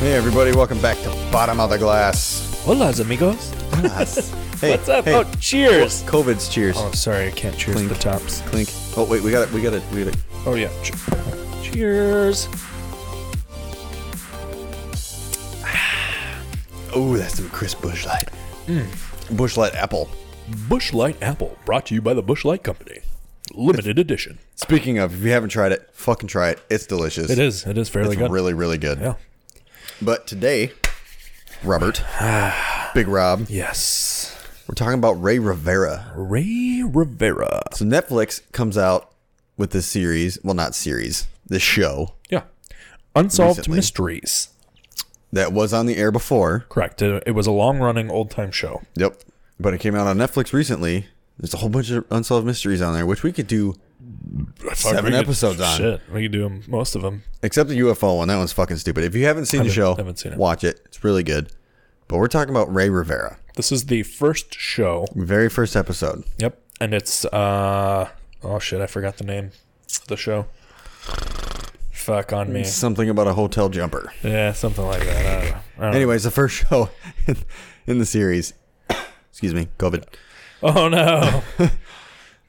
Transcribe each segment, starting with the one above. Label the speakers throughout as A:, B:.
A: Hey everybody, welcome back to Bottom of the Glass.
B: Hola, amigos.
A: Hey,
B: What's up?
A: Hey,
B: Oh, cheers.
A: COVID's cheers.
B: Oh, sorry, I can't cheers
A: Clink.
B: the tops.
A: Clink. Oh wait, we got it. We got it. We got it.
B: Oh, yeah. Che- Cheers.
A: Oh, that's some crisp Bush Light.
B: Hmm.
A: Bush Light apple.
B: Bush Light Apple, brought to you by the Bush Light Company. Limited edition.
A: Speaking of, if you haven't tried it, fucking try it. It's delicious.
B: It is. It is fairly
A: It's
B: good.
A: really, really good.
B: yeah.
A: But today, Robert, Big Rob,
B: Yes.
A: we're talking about Ray Rivera.
B: Ray Rivera.
A: So Netflix comes out with this series. Well, not series. This show
B: Yeah. Unsolved
A: Recently.
B: Mysteries.
A: that was on the air before.
B: Correct. Uh, It, it was a long running old time show.
A: Yep. But it came out on Netflix recently. There's a whole bunch of unsolved mysteries on there, which we could do, Seven
B: we could-
A: episodes on.
B: Shit. We could do 'em- most of them.
A: except the UFO one. That one's fucking stupid. If you haven't seen the show,
B: haven't seen it.
A: watch it. It's really good. But we're talking about Ray Rivera,
B: This is the first show.
A: very first episode.
B: Yep. And it's uh oh shit, I forgot the name of the show. Fuck on me.
A: Something about a hotel jumper.
B: Yeah, something like that. I don't know. I don't
A: Anyways, the first show in, in the series. Excuse me, COVID.
B: know. Oh no.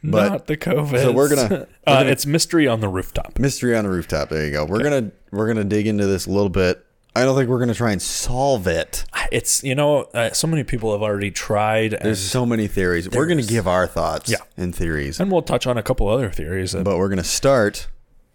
A: But-
B: Not the COVID.
A: So we're gonna- we're
B: uh,
A: gonna-
B: it's mystery on the rooftop.
A: Mystery on the rooftop. There you go. We're gonna we're gonna dig into this a little bit. I don't think we're gonna try and solve it.
B: It's you know uh, so many people have already tried, and,
A: There's so many theories. We're gonna
B: There's-
A: give our thoughts
B: Yeah.
A: and theories.
B: and we'll touch on a couple other theories. that-
A: but we're going to start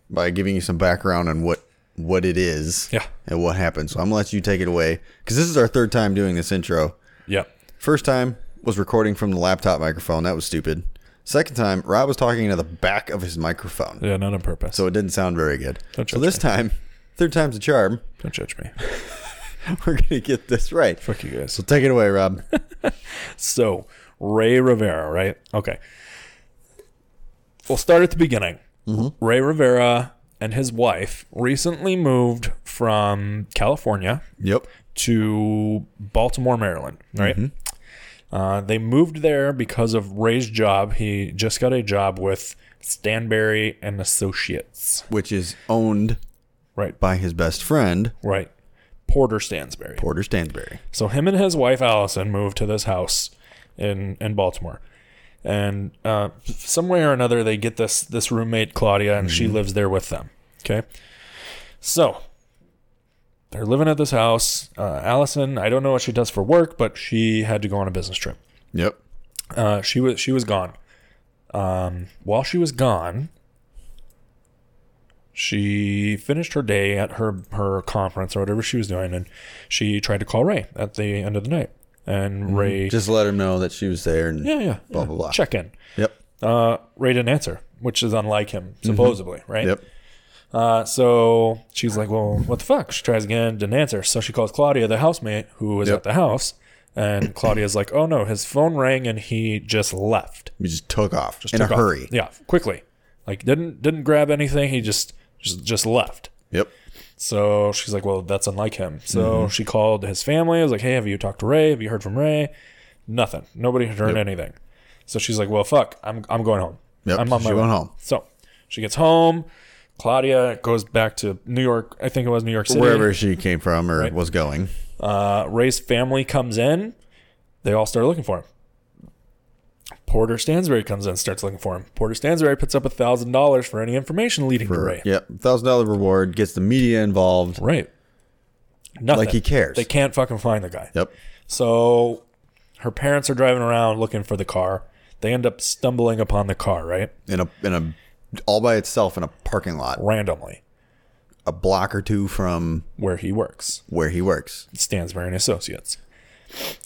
A: by giving you some background on what what it is
B: Yeah.
A: and what happened. So I'm going to let you take it away because this is our third time doing this intro.
B: yep.
A: First time was recording from the laptop microphone. That was stupid. Second time, Rob was talking into the back of his microphone.
B: Yeah, not on purpose.
A: So it didn't sound very good.
B: Don't
A: So
B: judge
A: this time, third time's a charm.
B: Don't judge me.
A: We're going to get this right.
B: Fuck you guys.
A: So take it away, Rob.
B: So Ray Rivera, right? Okay. We'll start at the beginning. Ray Rivera and his wife recently moved from California
A: yep.
B: to Baltimore, Maryland, right? Uh, they moved there because of Ray's job. He just got a job with Stanberry and Associates,
A: Which is owned
B: right?
A: by his best friend,
B: Right. Porter Stansberry.
A: Porter Stansberry.
B: So him and his wife Allison moved to this house in in Baltimore, and uh, some way or another they get this this roommate Claudia, and she lives there with them. Okay, so they're living at this house. Uh, Allison, I don't know what she does for work, but she had to go on a business trip.
A: Yep.
B: Uh, she was she was gone. Um, while she was gone, she finished her day at her her conference or whatever she was doing, and she tried to call Ray at the end of the night. And Ray,
A: Mm, Just let him know that she was there. And
B: yeah, yeah,
A: Blah,
B: yeah,
A: blah, blah.
B: check in.
A: Yep.
B: Uh, Ray didn't answer, which is unlike him, supposedly, right?
A: Mm-hmm. Yep.
B: Uh, so she's like, well, what the fuck? She tries again, didn't answer. So she calls Claudia, the housemate, who was
A: Yep.
B: at the house. And Claudia's like, oh no, his phone rang and he just left.
A: We just took off in
B: took
A: a
B: off.
A: hurry.
B: Yeah, quickly. Like didn't didn't grab anything. He just just just left.
A: Yep.
B: So she's like, "Well, that's unlike him."
A: Mm-hmm.
B: So she called his family. I was like, "Hey, have you talked to Ray? Have you heard from Ray?" Nothing. Nobody had heard anything. So she's like, "Well, fuck. I'm I'm going home.
A: Yep,
B: I'm on
A: so
B: my
A: she
B: way
A: went home.
B: So she gets home. Claudia goes back to New York. I think it was New York City.
A: Wherever she came from or was going.
B: Uh, Ray's family comes in. They all start looking for him. Porter Stansbury comes in, starts looking for him. Porter Stansbury puts up a thousand dollars for any information leading to Ray.
A: Yep. Thousand dollar reward gets the media involved.
B: Right. Nothing.
A: Like he cares.
B: They can't fucking find the guy.
A: Yep.
B: So her parents are driving around looking for the car. They end up stumbling upon the car, right?
A: In a in a all by itself in a parking lot,
B: Randomly,
A: a block or two from
B: where he works.
A: where he works.
B: Stansbury and Associates.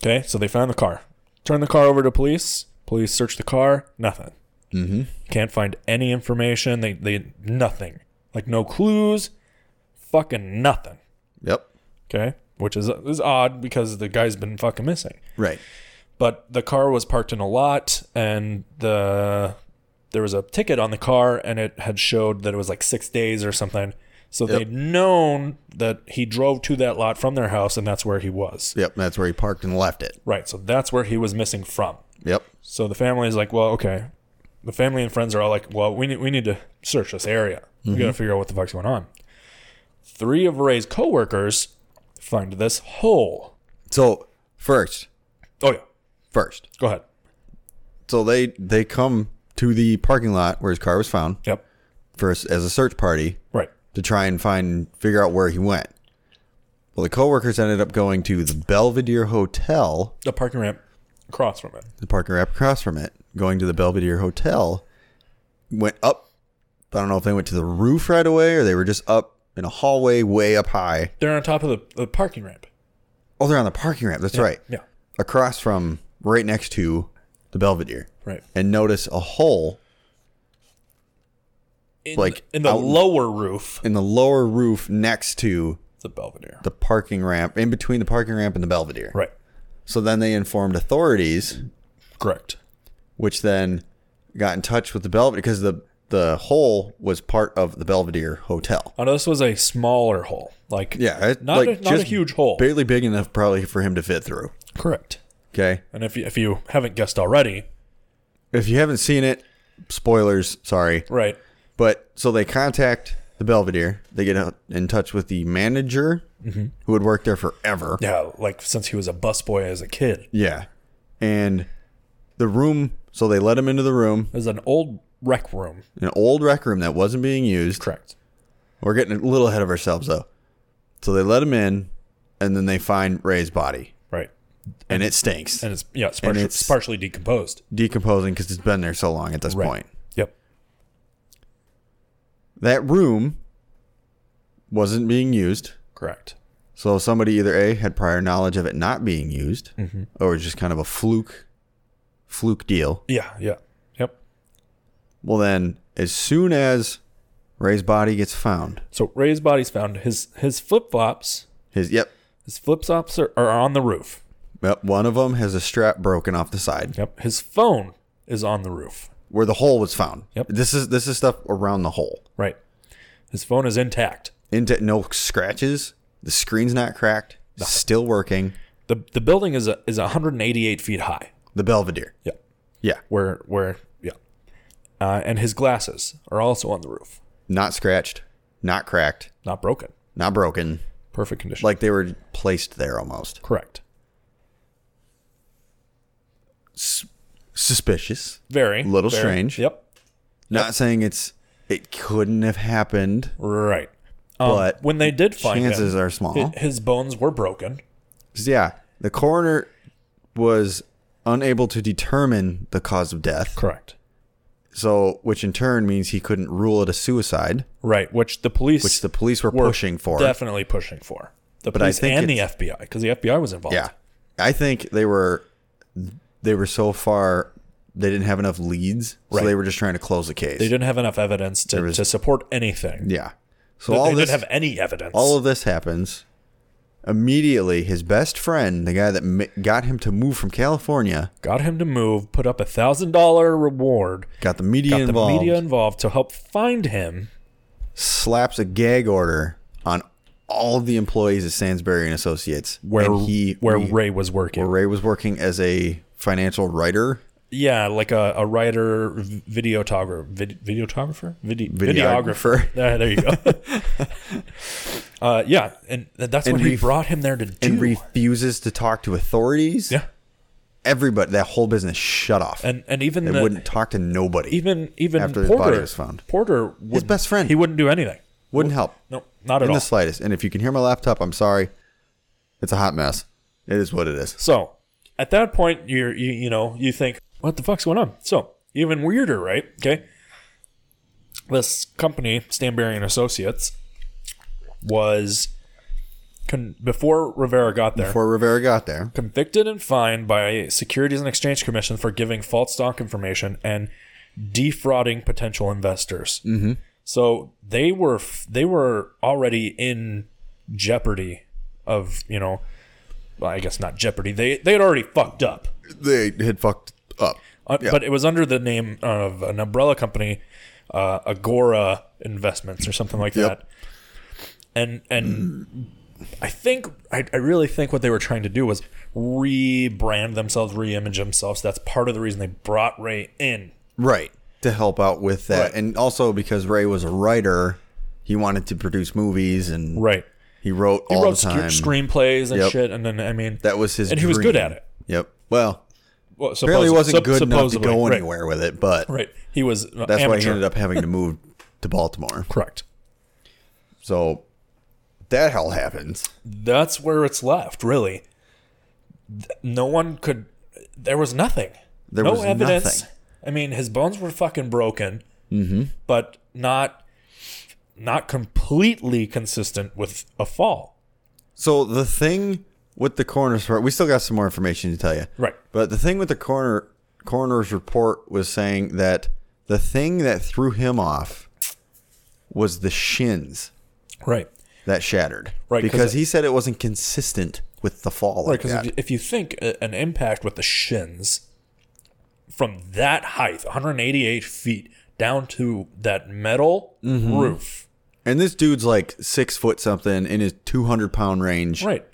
B: Okay, so they found the car. Turn the car over to police. Police search the car. Nothing. Mm-hmm. Can't find any information. They they nothing. Like no clues. Fucking nothing.
A: Yep.
B: Okay, which is is odd because the guy's been fucking missing.
A: Right.
B: But the car was parked in a lot, and the there was a ticket on the car, and it had showed that it was like six days or something. So they'd known that he drove to that lot from their house, and that's where he was.
A: Yep. That's where he parked and left it.
B: Right. So that's where he was missing from.
A: Yep.
B: So the family is like, well, okay. The family and friends are all like, well, we need we need to search
A: Mm-hmm.
B: this area. We got to figure out what the fuck's going on. Three of Ray's coworkers find this hole.
A: So first,
B: Oh yeah,
A: first,
B: go ahead.
A: so they they come to the parking lot where his car was found
B: Yep.
A: first as a search party
B: Right.
A: to try and find figure out where he went. Well, the coworkers ended up going to the Belvedere Hotel,
B: The parking ramp across from it.
A: the parking ramp across from it. Going to the Belvedere Hotel, went up. I don't know if they went to the roof right away or they were just up in a hallway way up high.
B: They're on top of the, the parking ramp.
A: Oh, they're on the parking ramp. That's right.
B: Yeah.
A: Across from, right next to the Belvedere,
B: Right.
A: and notice a hole
B: In,
A: Like,
B: in the
A: out-
B: lower roof,
A: in the lower roof next to
B: the Belvedere.
A: the parking ramp, in between the parking ramp and the Belvedere.
B: Right.
A: So then they informed authorities,
B: Correct.
A: which then got in touch with the Belvedere because the the hole was part of the Belvedere Hotel.
B: Oh, no, this was a smaller hole. Like
A: Yeah, it-
B: not
A: like,
B: a, not a
A: just
B: huge hole.
A: barely big enough probably for him to fit through.
B: Correct.
A: Okay,
B: And if you, if you haven't guessed already,
A: if you haven't seen it, spoilers. Sorry,
B: right?
A: But so they contact the Belvedere. They get out in touch with the manager
B: Mm-hmm.
A: who had worked there forever.
B: Yeah, like since he was a busboy as a kid,
A: Yeah. And the room, so they let him into the room,
B: there's an old rec room.
A: an old rec room that wasn't being used.
B: Correct.
A: We're getting a little ahead of ourselves though. So they let him in and then they find Ray's body
B: Right.
A: and it stinks.
B: And it's yeah, it's partially,
A: it's-
B: it's partially decomposed.
A: Decomposing because it's been there so long at this
B: Right.
A: point.
B: Yep.
A: That room wasn't being used.
B: Correct.
A: So somebody either A had prior knowledge of it not being used,
B: Mm-hmm.
A: or it was just kind of a fluke, fluke deal.
B: Yeah. Yeah. Yep.
A: Well, then as soon as Ray's body gets found,
B: So Ray's body's found. His his flip flops.
A: his yep,
B: His flip flops are, are on the roof.
A: yep, one of them has a strap broken off the side
B: Yep. His phone is on the roof.
A: where the hole was found.
B: Yep.
A: This is this is stuff around the hole.
B: Right. His phone is intact.
A: Into no scratches. The screen's not cracked. Still working.
B: the The building is a, is 188 feet high.
A: The Belvedere.
B: Yeah.
A: Yeah.
B: Where where yeah. Uh, and his glasses are also on the roof,
A: Not scratched. Not cracked.
B: not broken,
A: Not broken.
B: perfect condition.
A: Like they were placed there almost.
B: correct.
A: Suspicious.
B: Very
A: Little
B: very-
A: strange.
B: Yep.
A: Not saying it's it couldn't have happened.
B: Right. Um,
A: But
B: when they did find
A: Chances
B: him,
A: are small.
B: hi- his bones were broken.
A: 'Cause, yeah, the coroner was unable to determine the cause of death.
B: Correct.
A: So, which in turn means he couldn't rule it a suicide,
B: Right, which the police
A: which the police were,
B: were
A: pushing for.
B: definitely pushing for. The
A: I
B: police
A: think
B: and the FBI, because the FBI was involved.
A: yeah, I think they were they were so far they didn't have enough leads,
B: Right.
A: so they were just trying to close the case.
B: They didn't have enough evidence to, to support anything.
A: yeah. So
B: they
A: all
B: didn't
A: this
B: have any evidence.
A: all of this happens immediately. His best friend, the guy that ma- got him to move from California,
B: got him to move, put up a thousand dollar reward,
A: Got the media
B: got
A: involved.
B: the media involved to help find him.
A: Slaps a gag order on all of the employees at Sansbury and Associates,
B: Where
A: and he
B: where
A: we-
B: Ray was working.
A: where Ray was working as a financial writer,
B: Yeah, like a, a writer, v- videotographer, vid- videotographer, Vide-
A: Videographer.
B: videographer. Ah, There, there you go. uh, yeah, and th- that's what he
A: ref-
B: brought him there to do.
A: and refuses to talk to authorities.
B: yeah,
A: everybody, that whole business shut off.
B: and and even
A: they
B: the,
A: wouldn't talk to nobody.
B: even even
A: after his
B: Porter,
A: body was found.
B: Porter, would, his
A: best friend.
B: he wouldn't do anything.
A: wouldn't help
B: No, not at
A: in
B: all.
A: the slightest. And if you can hear my laptop, I'm sorry. It's a hot mess. It is what it is.
B: So at that point, you're you, you know you think what the fuck's going on. So even weirder, right? Okay, this company Stanberry and Associates was con- before Rivera got there.
A: Before Rivera got there,
B: Convicted and fined by Securities and Exchange Commission for giving false stock information and defrauding potential investors. Mm-hmm. So they were f- they were already in jeopardy of you know, well, I guess not jeopardy. They they had already fucked up,
A: they had fucked up.
B: Uh, but it was under the name of an umbrella company, uh, Agora Investments or something like
A: Yep.
B: that. And and I think I, I really think what they were trying to do was rebrand themselves, reimage themselves. That's part of the reason they brought Ray in.
A: Right. To help out with that.
B: Right.
A: And also because Ray was a writer, he wanted to produce movies and
B: Right.
A: He wrote
B: He
A: all
B: wrote
A: the
B: sc-
A: time.
B: screenplays and
A: Yep.
B: shit, and then I mean,
A: That was his.
B: and he was
A: dream.
B: good at it.
A: Yep. Well,
B: Well,
A: apparently
B: supposedly-
A: he wasn't
B: sup-
A: good enough to
B: supposedly,
A: go
B: right,
A: anywhere with it, but
B: Right, he was.
A: that's why he ended up having to move to Baltimore.
B: correct.
A: So that hell happens.
B: That's where it's left, really. Th- No one could. There was nothing.
A: There
B: no
A: was
B: evidence.
A: nothing. Mm-hmm.
B: I mean, his bones were fucking broken, but not not completely consistent with a fall.
A: So the thing with the coroner's report, we still got some more information to tell you.
B: Right.
A: But the thing with the coroner coroner's report was saying that the thing that threw him off was the shins
B: Right.
A: that shattered.
B: Right, 'cause
A: Because
B: it-
A: he said it wasn't consistent with the fall
B: Right,
A: like
B: because
A: that.
B: if, if you think a- an impact with the shins from that height, 188 feet, down to that metal
A: Mm-hmm.
B: roof,
A: and this dude's like six foot something in his two hundred pound range.
B: right,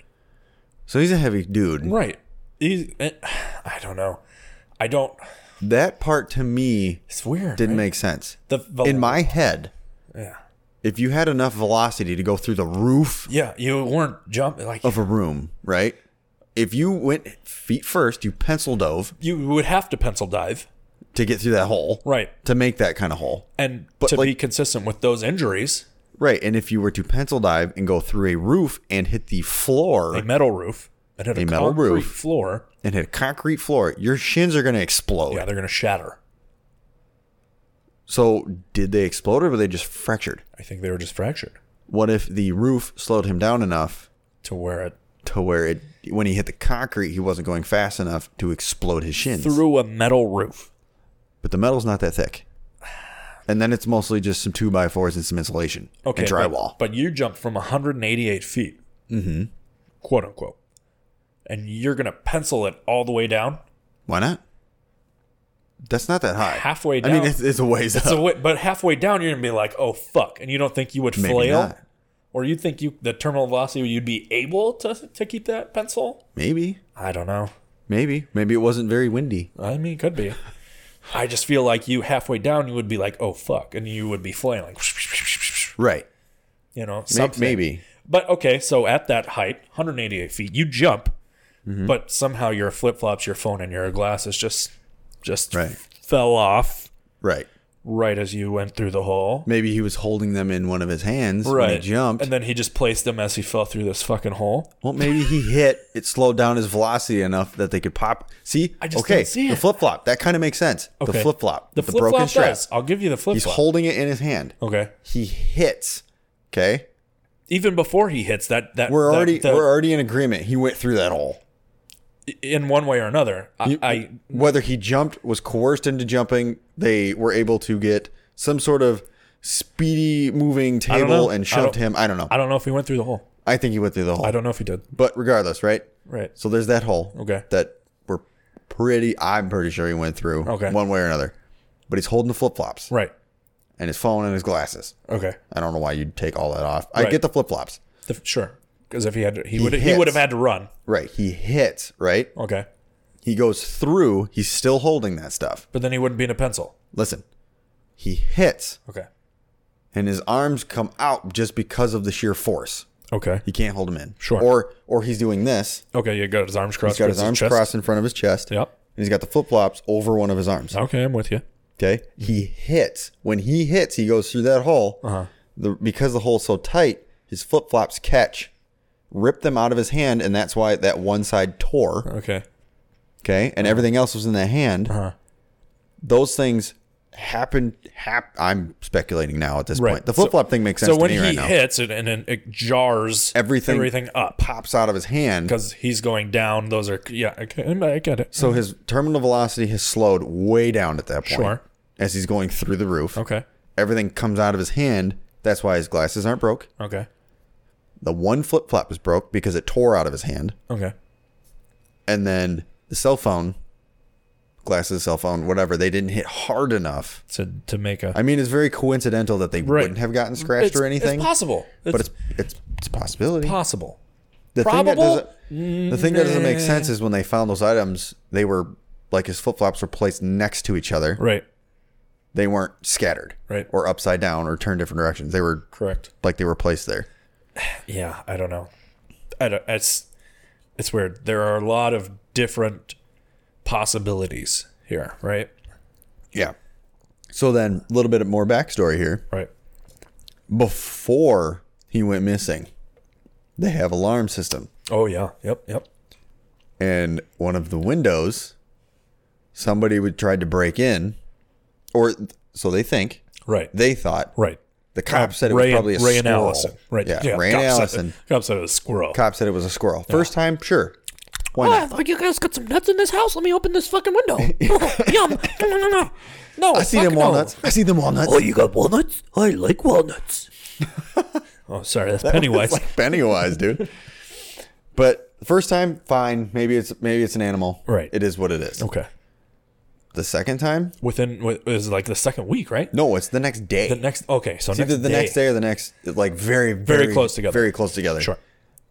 A: So he's a heavy dude.
B: right. These, eh, I don't know. I don't.
A: That part to me
B: It's weird.
A: didn't
B: right? Oh.
A: make sense.
B: the, the
A: In my head,
B: yeah
A: if you had enough velocity to go through the roof
B: yeah you weren't jumping like
A: of a room, right? If you went feet first, you pencil dove
B: you would have to pencil dive
A: to get through that hole,
B: right
A: to make that kind of hole,
B: and
A: But,
B: to be
A: like-
B: consistent with those injuries
A: right? And if you were to pencil dive and go through a roof and hit the floor
B: a metal roof and hit a,
A: A metal
B: concrete
A: roof.
B: floor
A: and hit a concrete floor, your shins are going to explode.
B: yeah they're gonna shatter
A: So, did they explode or were they just fractured?
B: I think they were just fractured
A: What if the roof slowed him down enough
B: to where it
A: to where it, when he hit the concrete, he wasn't going fast enough to explode his shins?
B: through a metal roof
A: but the metal's not that thick. And then it's mostly just some two by fours and some insulation
B: okay
A: and
B: but-
A: drywall.
B: but, you jump from 188 feet mm-hmm. quote unquote and you're gonna pencil it all the way down
A: Why not? That's not that high.
B: halfway
A: I
B: down
A: mean, it's, it's a ways up.
B: So wait, but halfway down, you're gonna be like, "Oh fuck!" and you don't think you would
A: Maybe
B: flail,
A: not.
B: or you think you the terminal velocity you'd be able to to keep that pencil?
A: Maybe,
B: I don't know.
A: maybe, maybe it wasn't very windy.
B: I mean, could be. I just feel like you halfway down, you would be like, "Oh fuck," and you would be flailing.
A: Right.
B: You know,
A: May-
B: something.
A: Maybe.
B: But okay, so at that height, 188 feet, you jump,
A: Mm-hmm.
B: but somehow your flip flops, your phone, and your glasses just just
A: Right.
B: fell off
A: Right.
B: right as you went through the hole.
A: Maybe he was holding them in one of his hands when he
B: Right.
A: jumped.
B: And then he just placed them as he fell through this fucking hole.
A: well, maybe he hit. It slowed down his velocity enough that they could pop. See, I
B: just
A: okay,
B: didn't see
A: the
B: it.
A: flip flop. That kind of makes sense. The
B: Okay.
A: flip flop,
B: The
A: the,
B: flip
A: broken
B: flop
A: strap.
B: does. I'll give you the flip
A: He's
B: flop.
A: holding it in his hand.
B: okay.
A: He hits. Okay,
B: Even before he hits that, that
A: we're
B: that-
A: already
B: that-
A: we're already in agreement. He went through that hole.
B: in one way or another. I, I
A: whether he jumped was coerced into jumping they were able to get some sort of speedy moving
B: don't know.
A: table and
B: I
A: shoved
B: don't-
A: him i don't know
B: I don't know if he went through the hole.
A: i think he went through the
B: I
A: hole
B: don't know if he did.
A: but regardless right
B: Right.
A: so there's that hole
B: Okay.
A: that we're pretty i'm pretty sure he went through
B: Okay.
A: one way or another but he's holding the flip-flops
B: Right.
A: and his phone and his glasses
B: Okay.
A: i don't know why you'd take all that off i
B: Right.
A: get the flip-flops
B: The, sure. Because if he had, to, he would he
A: hits.
B: would have had to run.
A: right he hits right
B: Okay.
A: he goes through he's still holding that stuff
B: But then he wouldn't be in a pencil.
A: listen he hits
B: Okay.
A: and his arms come out just because of the sheer force.
B: Okay.
A: He can't hold him in.
B: Sure.
A: Or or he's doing this.
B: Okay. You got his arms crossed.
A: He's got his
B: with
A: arms
B: chest.
A: crossed in front of his chest.
B: Yep.
A: And he's got the flip flops over one of his arms.
B: Okay, I'm with you.
A: Okay. He hits. When he hits, he goes through that hole.
B: Uh-huh.
A: The, because the hole's so tight, his flip flops catch, rip them out of his hand, and that's why that one side tore.
B: Okay.
A: Okay. And everything else was in the hand.
B: Uh-huh.
A: Those things happened. Hap- I'm speculating now at this
B: Right.
A: point. The flip flop thing makes sense
B: So when
A: to
B: he
A: me right now.
B: hits it and then it jars
A: Everything-
B: everything up.
A: Pops out of his hand.
B: because he's going down. Those are yeah, I get, I get it.
A: So his terminal velocity has slowed way down at that point.
B: Sure.
A: As he's going through the roof.
B: Okay,
A: Everything comes out of his hand. That's why his glasses aren't broke.
B: okay,
A: The one flip flop is broke because it tore out of his hand.
B: okay.
A: And then the cell phone, glasses, cell phone, whatever, they didn't hit hard enough.
B: To to make a
A: I mean, it's very coincidental that they
B: Right.
A: wouldn't have gotten scratched
B: it's,
A: or anything.
B: it's possible, it's
A: But it's it's, it's a possibility.
B: possible.
A: the
B: probable? Mm.
A: Thing that doesn't, the thing that doesn't make sense is when they found those items, they were like his flip flops were placed next to each other.
B: Right,
A: they weren't scattered
B: Right.
A: or upside down or turned different directions. They were
B: correct.
A: like they were placed there.
B: yeah, I don't know. I don't, it's it's weird. There are a lot of different possibilities here, right?
A: Yeah. So then, a little bit more backstory here.
B: Right.
A: Before he went missing, they have alarm system,
B: Oh yeah. Yep. Yep.
A: and one of the windows, somebody would tried to break in, or so they think.
B: Right.
A: They thought.
B: right.
A: The cop said it was
B: Ray,
A: probably a
B: Ray and
A: squirrel.
B: Allison. Right.
A: Yeah. Ray
B: cop
A: and
B: said-
A: Allison.
B: Cop said it was a squirrel.
A: Cop said it was a squirrel. First time, sure. Why
B: Ah,
C: Oh,
A: not?
C: I thought you guys got some nuts in this house. Let me open this fucking window. Oh, yum. No, no, no, no. No,
A: I see them
C: fuck no.
A: walnuts. I see them walnuts.
C: Oh, you got walnuts? I like walnuts.
B: Oh, sorry. That's Pennywise.
A: It's like Pennywise, dude. But first time, fine. Maybe it's maybe it's an animal.
B: Right.
A: It is what it is.
B: okay.
A: The second time,
B: Within it was like the second week, right?
A: no, it's the next day.
B: The next. Okay. So
A: Either the next day or the next, like very, very,
B: close together.
A: Very close together.
B: Sure.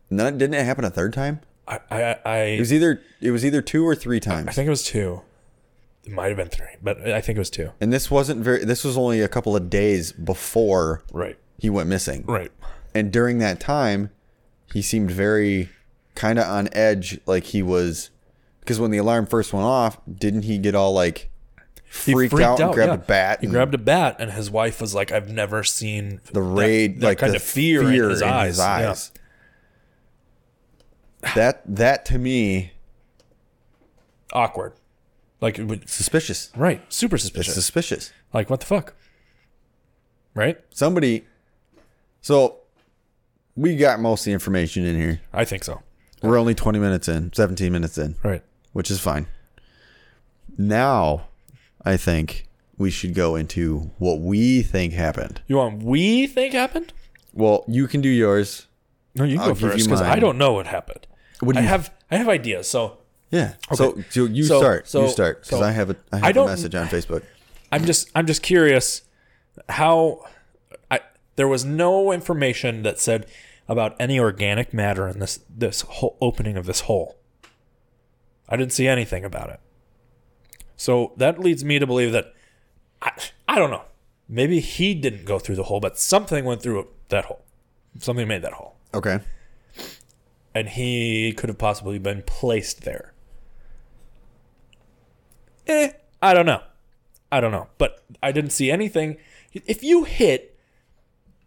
A: And then it- didn't it happen a third time?
B: I I, I,
A: It was either it was either two or three times.
B: I think it was two. It might have been three, but I think it was two.
A: and this wasn't very. This was only a couple of days before
B: Right.
A: he went missing.
B: Right.
A: And during that time, he seemed very kind of on edge, like he was. Because when the alarm first went off, didn't he get all like
B: He
A: freaked, out, and grabbed
B: yeah.
A: a bat?
B: He
A: and
B: grabbed a bat, and his wife was like, "I've never seen
A: the raid, like
B: kind
A: the
B: of fear, in his eyes." Yeah.
A: eyes. That that to me
B: Awkward, like it would-
A: suspicious.
B: right, super
A: It's
B: suspicious.
A: suspicious.
B: like what the fuck, right?
A: Somebody. So, we got most of the information in here.
B: I think so.
A: We're only twenty minutes in, seventeen minutes in.
B: Right.
A: which is fine. Now, I think we should go into what we think happened.
B: You want we think happened?
A: Well, you can do yours.
B: No, you can
A: I'll
B: go
A: give
B: first
A: you
B: because I
A: mine.
B: don't know what happened.
A: What do
B: I
A: you-
B: have? I have ideas. So
A: Yeah. So, so you
B: So-
A: start.
B: so-
A: you start because
B: so-
A: I have a I
B: I
A: have a
B: don't-
A: message on Facebook.
B: I'm just I'm just curious how I there was no information that said about any organic matter in this this whole opening of this hole. I didn't see anything about it. So that leads me to believe that I I don't know. Maybe he didn't go through the hole, but something went through that hole. Something made that hole.
A: Okay.
B: And he could have possibly been placed there. eh, I don't know. I don't know. But I didn't see anything. If you hit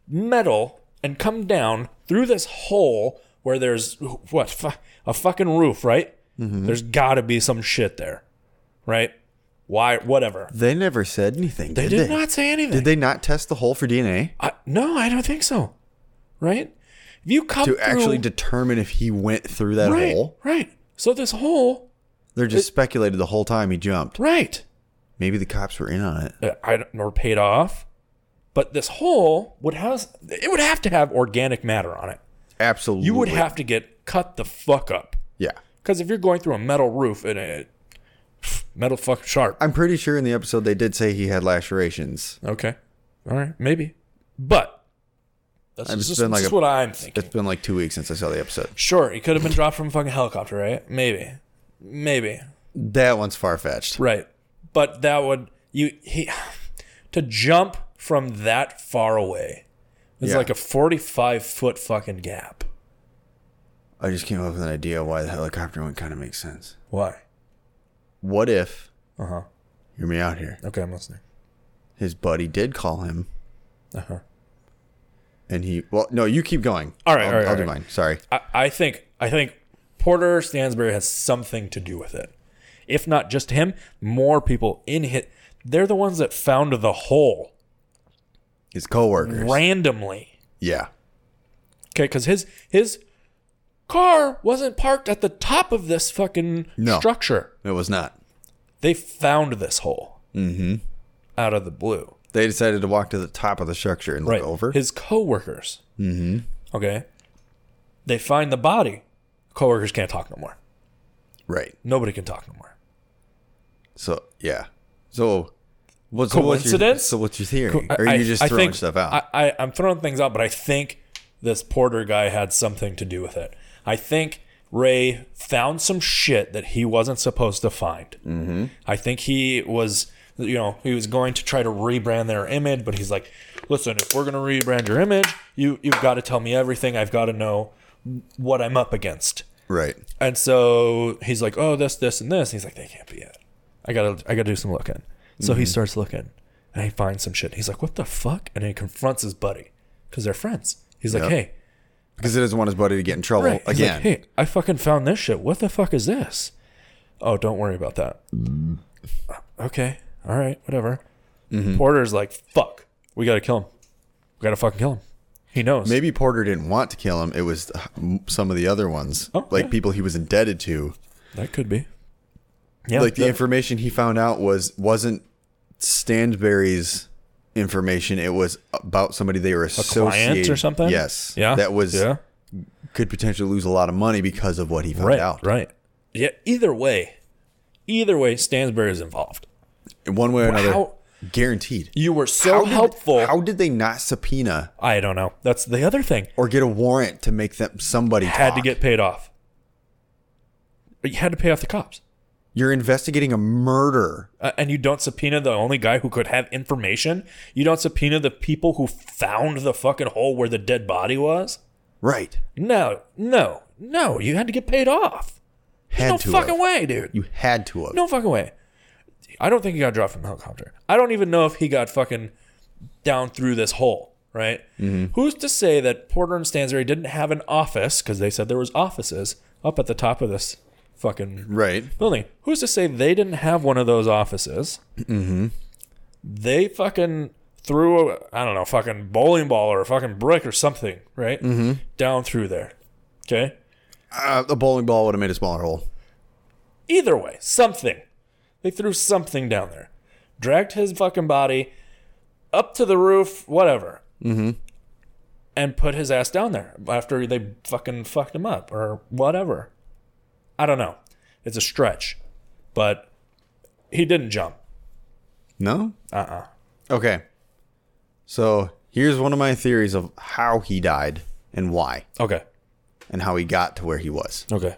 B: metal and come down through this hole where there's what fu- a fucking roof, right?
A: Mm-hmm.
B: There's got to be some shit there, right? Why? Whatever.
A: They never said anything.
B: They
A: Did
B: did
A: they?
B: not say anything.
A: Did they not test the hole for DNA
B: I, no, I don't think so. Right? If you come
A: to
B: through,
A: actually determine if he went through that
B: right,
A: hole?
B: right. So this hole,
A: They're just speculated the whole time he jumped.
B: right?
A: Maybe the cops were in on it.
B: uh, I don't, or paid off. But this hole would have it would have to have organic matter on it.
A: Absolutely.
B: You would have to get cut the fuck up
A: Yeah.
B: because if you're going through a metal roof and it metal fuck sharp.
A: I'm pretty sure in the episode they did say he had lacerations.
B: Okay, all right, maybe, but that's
A: It's
B: just,
A: been like
B: just
A: a-
B: what I'm thinking.
A: It's been like two weeks since I saw the episode.
B: Sure, it could have been dropped from a fucking helicopter, right? Maybe, maybe,
A: That one's far fetched.
B: right. But that would you he to jump from that far away. It's
A: Yeah.
B: like a 45 foot fucking gap.
A: I just came up with an idea why the helicopter one kind of makes sense.
B: Why?
A: What if,
B: Uh huh.
A: hear me out here,
B: Okay, I'm listening.
A: his buddy did call him
B: Uh huh.
A: and he, well, no, you keep going.
B: All right,
A: I'll,
B: all right,
A: I'll
B: all
A: do
B: right.
A: mine. Sorry.
B: I, I think I think Porter Stansbury has something to do with it. If not just him, more people in hit. They're the ones that found the hole
A: His coworkers.
B: randomly.
A: Yeah.
B: Okay, because his his car wasn't parked at the top of this fucking
A: No.
B: structure.
A: It was not.
B: They found this hole
A: Mm-hmm.
B: out of the blue.
A: They decided to walk to the top of the structure and
B: Right
A: look over.
B: his coworkers. Mm-hmm. Okay, they find the body. Coworkers can't talk no more.
A: right.
B: Nobody can talk no more.
A: So, yeah. So, what's, so what's your,
B: Coincidence?
A: so what's your theory?
B: I-
A: or are
B: I-
A: you just
B: I
A: throwing
B: think-
A: stuff out?
B: I, I, I'm throwing things out, but I think this Porter guy had something to do with it. I think
A: Mm-hmm.
B: Ray found some shit that he wasn't supposed to find. I think he was you know, he was going to try to rebrand their image, but he's like, listen, if we're gonna rebrand your image, you you've got to tell me everything. I've got to know what I'm up against.
A: Right.
B: And so he's like, "Oh, this, this, and this." he's like, "They can't be it. I gotta, I gotta do some looking." So
A: Mm-hmm.
B: he starts looking, and he finds some shit. He's like, "What the fuck?" And he confronts his buddy because they're friends. He's like,
A: Yep.
B: "Hey,
A: Because he doesn't want his buddy to get in trouble
B: right. He's
A: again.
B: like, hey, I fucking found this shit. What the fuck is this? Oh, don't worry about that.
A: Mm-hmm.
B: "Uh, Okay, all right, whatever.
A: Mm-hmm.
B: Porter's like, "Fuck, we gotta kill him. We gotta fucking kill him." He knows.
A: Maybe Porter didn't want to kill him. It was uh, m- some of the other ones,
B: Oh,
A: like
B: yeah.
A: people he was indebted to.
B: that could be. Yeah,
A: like the
B: that-
A: information he found out was wasn't Stansberry's information. It was about somebody they were associated
B: client or something.
A: Yes.
B: Yeah.
A: That was
B: yeah.
A: could potentially lose a lot of money because of what he found
B: Right.
A: out.
B: Right. Yeah. Either way, either way, Stansberry is involved.
A: In one way or another,
B: How-
A: guaranteed.
B: You were so
A: did-
B: helpful.
A: How did they not subpoena
B: I don't know. That's the other thing.
A: or get a warrant to make them somebody
B: Had to
A: talk?
B: get paid off. But You had to pay off the cops,
A: You're investigating a murder.
B: uh, and you don't subpoena the only guy who could have information. You don't subpoena the people who found the fucking hole where the dead body was.
A: Right.
B: No, no, no. You had to get paid off.
A: Had
B: no
A: to
B: fucking
A: have.
B: way, dude.
A: You had to have.
B: No fucking way. I don't think he got dropped from the helicopter. I don't even know if he got fucking down through this hole, right? Who's to say that Porter and Stansbury didn't have an office because they said there was offices up at the top of this fucking
A: Right.
B: building? Who's to say they didn't have one of those offices? Mm-hmm. They fucking threw a I don't know fucking bowling ball or a fucking brick or something, right? Mm-hmm. Down through there. Okay.
A: Uh, the bowling ball would have made a smaller hole.
B: Either way, something. They threw something down there. Dragged his fucking body up to the roof, whatever. Mm-hmm. And put his ass down there after they fucking fucked him up or whatever. I don't know. It's a stretch. But he didn't jump. Uh-uh.
A: No? Uh uh Okay. So here's one of my theories of how he died and why
B: Okay.
A: and how he got to where he was.
B: Okay.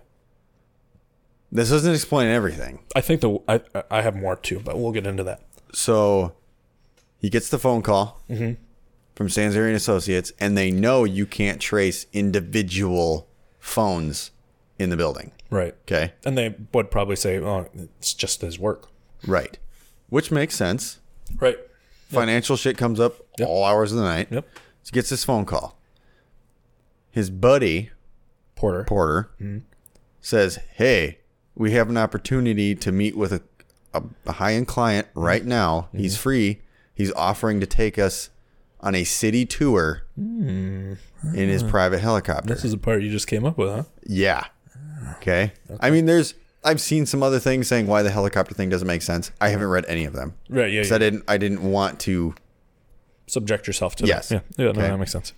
A: This doesn't explain everything.
B: I think the I I have more too, but we'll get into that.
A: So he gets the phone call from Sanzari and Associates, and they know you can't trace individual phones in the building.
B: Right.
A: Okay.
B: And they would probably say, "Oh, it's just his work."
A: Right. Which makes sense.
B: Right.
A: Financial shit comes up all hours of the night.
B: Yep.
A: So he gets this phone call. His buddy,
B: Porter.
A: Porter says, "Hey, we have an opportunity to meet with a, a, a high-end client right now. He's free. He's offering to take us on a city tour in his private helicopter."
B: This is the part you just came up with, huh?
A: yeah. Okay. I mean, there's. I've seen some other things saying why the helicopter thing doesn't make sense. I haven't read any of them.
B: Right. Yeah.
A: 'Cause I didn't. I didn't want to.
B: subject yourself to
A: Yes.
B: that. Yeah, yeah no,
A: Okay.
B: that makes sense.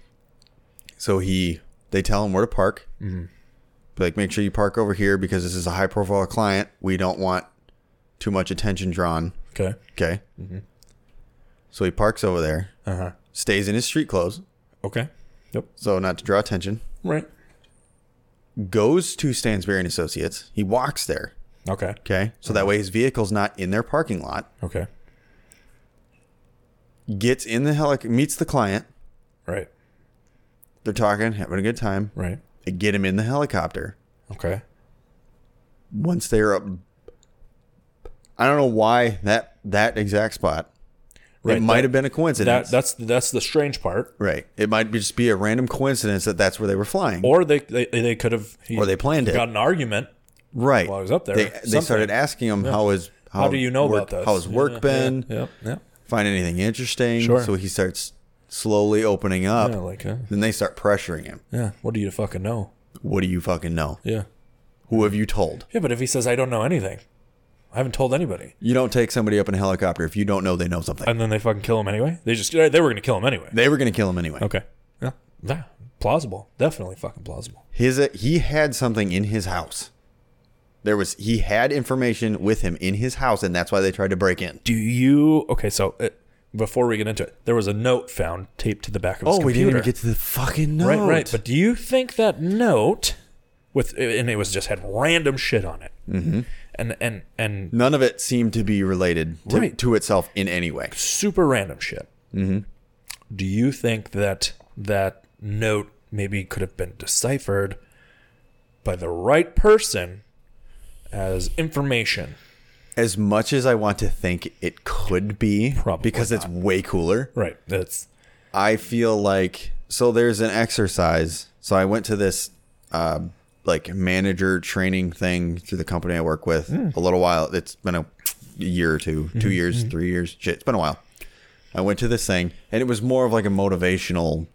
A: So he. They tell him where to park. Be Like, make sure you park over here because this is a high-profile client. We don't want too much attention drawn.
B: Okay.
A: Okay. So he parks over there,
B: Uh huh.
A: stays in his street clothes,
B: Okay. Yep.
A: so not to draw attention.
B: Right.
A: Goes to Stansbury and Associates. He walks there.
B: Okay.
A: Okay. So that way his vehicle's not in their parking lot.
B: Okay.
A: Gets in the helic, meets the client.
B: Right.
A: They're talking, having a good time.
B: Right.
A: They get him in the helicopter.
B: Okay.
A: Once they're up, I don't know why that that exact spot.
B: Right,
A: it might
B: that-
A: have been a
B: That
A: coincidence.
B: that's that's the strange part.
A: right. It might be just be a random coincidence that that's where they were flying.
B: Or they they, they could have
A: Or they planned it.
B: Got an argument.
A: Right.
B: while I was up there.
A: They, they
B: Something.
A: started asking him how his
B: How, do you know
A: work,
B: about this?
A: How his work
B: Yeah,
A: been?
B: Yeah. Yeah.
A: Find anything interesting?
B: Sure.
A: So he starts slowly opening
B: Yeah.
A: up.
B: yeah like uh,
A: Then they start pressuring him.
B: yeah. What do you fucking know?
A: What do you fucking know?
B: Yeah.
A: Who have you told?
B: Yeah, but if he says I don't know anything, I haven't told anybody,
A: You don't take somebody up in a helicopter if you don't know they know something.
B: and then they fucking kill him anyway. They just they were gonna kill him anyway.
A: they were going to kill him anyway.
B: Okay. Yeah. Yeah. Plausible. Definitely fucking plausible.
A: His uh, he had something in his house. There was he had information with him in his house, and that's why they tried to break in.
B: Do you? Okay, so uh before we get into it, there was a note found taped to the back of his
A: Oh, we
B: computer.
A: didn't even get to the fucking note.
B: right, right. But do you think that note with and it was just had random shit on it, mm-hmm. and and and
A: None of it seemed to be related to,
B: Right.
A: to itself in any way.
B: super random shit. Mm-hmm. Do you think that that note maybe could have been deciphered by the right person as information?
A: As much as I want to think it could be,
B: Probably
A: because it's way cooler.
B: Right. That's
A: I feel like so there's an exercise. So I went to this uh, like manager training thing through the company I work with a little while. It's been a year or 2 two years, three years. Shit, it's been a while. I went to this thing and it was more of like a motivational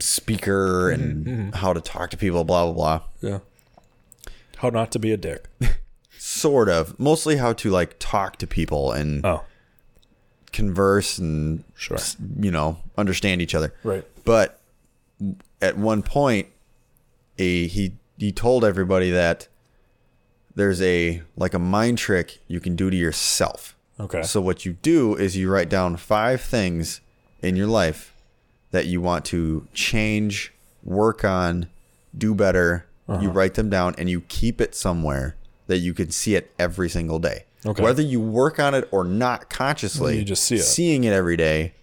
A: speaker and how to talk to people, blah, blah, blah.
B: yeah. How not to be a dick.
A: Sort of. Mostly how to like talk to people and
B: Oh,
A: converse and
B: Sure.
A: s- you know understand each other
B: Right.
A: but at one point a he he told everybody that there's a like a mind trick you can do to yourself
B: okay.
A: so what you do is you write down five things in your life that you want to change work on do better
B: Uh-huh.
A: you write them down and you keep it somewhere that you can see it every single day
B: Okay.
A: whether you work on it or not consciously
B: You just see it.
A: seeing it every day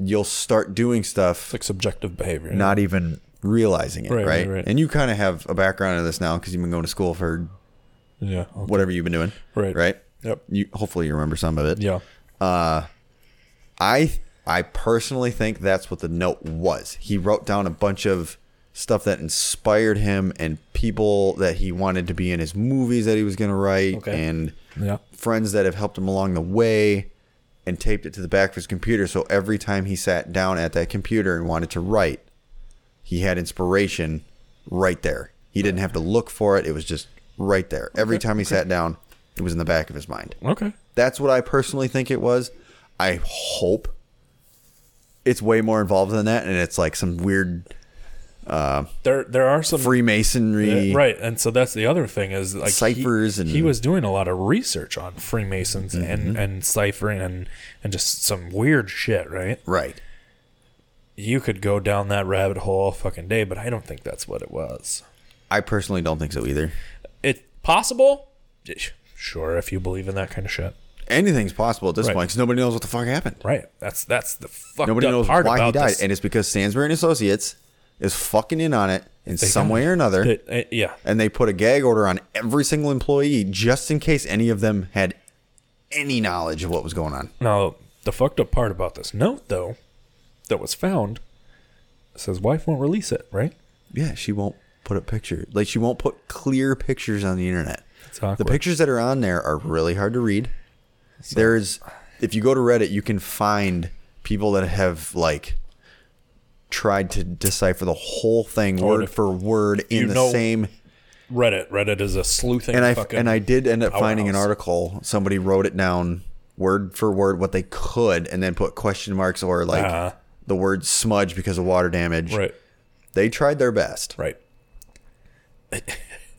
A: you'll start doing stuff
B: like subjective behavior.
A: not even realizing it right,
B: Right, right, right.
A: and you kind of have a background in this now because you've been going to school for
B: yeah. okay,
A: whatever you've been doing
B: Right.
A: right
B: Yep.
A: you hopefully you remember some of it
B: Yeah.
A: I I personally think that's what the note was. He wrote down a bunch of stuff that inspired him and people that he wanted to be in his movies that he was going to write
B: Okay.
A: and
B: Yeah.
A: friends that have helped him along the way and taped it to the back of his computer so every time he sat down at that computer and wanted to write he had inspiration right there. He didn't have to look for it. It was just right there. Every time he sat down, it was in the back of his mind.
B: Okay.
A: That's what I personally think it was. I hope it's way more involved than that, and it's like some weird
B: There there are some
A: Freemasonry.
B: Yeah, right and so that's the other thing is like he-
A: Ciphers
B: he,
A: and- Mm-hmm.
B: was doing a lot of research on freemasons and and ciphering and and just some weird shit right
A: Right.
B: you could go down that rabbit hole all fucking day but i don't think that's what it was
A: I personally don't think so either.
B: it's possible Sh- sure if you believe in that kind of shit
A: Anything's possible at this
B: Right.
A: point because nobody knows what the fuck happened.
B: right that's that's the fucked
A: Nobody
B: up
A: knows
B: part
A: why
B: about
A: he died,
B: this.
A: and it's because Sansbury and Associates is fucking in on it in some way or another,
B: It- it- uh, yeah
A: and they put a gag order on every single employee just in case any of them had any knowledge of what was going on.
B: Now, the fucked up part about this note, though, that was found, says wife won't release it, right?
A: Yeah, she won't put up pictures. Like she won't put clear pictures on the internet.
B: It's
A: The
B: awkward.
A: pictures that are on there are really hard to read. There's if you go to Reddit, you can find people that have like tried to decipher the whole thing
B: and
A: word
B: if
A: for word in
B: you
A: the
B: know-
A: same
B: Reddit. Reddit is a sleuthing
A: and I
B: fucking.
A: and I did end up finding an
B: powerhouse.
A: article. Somebody wrote it down word for word what they could and then put question marks or like
B: Uh-huh.
A: the word smudge because of water damage.
B: Right,
A: They tried their best.
B: right.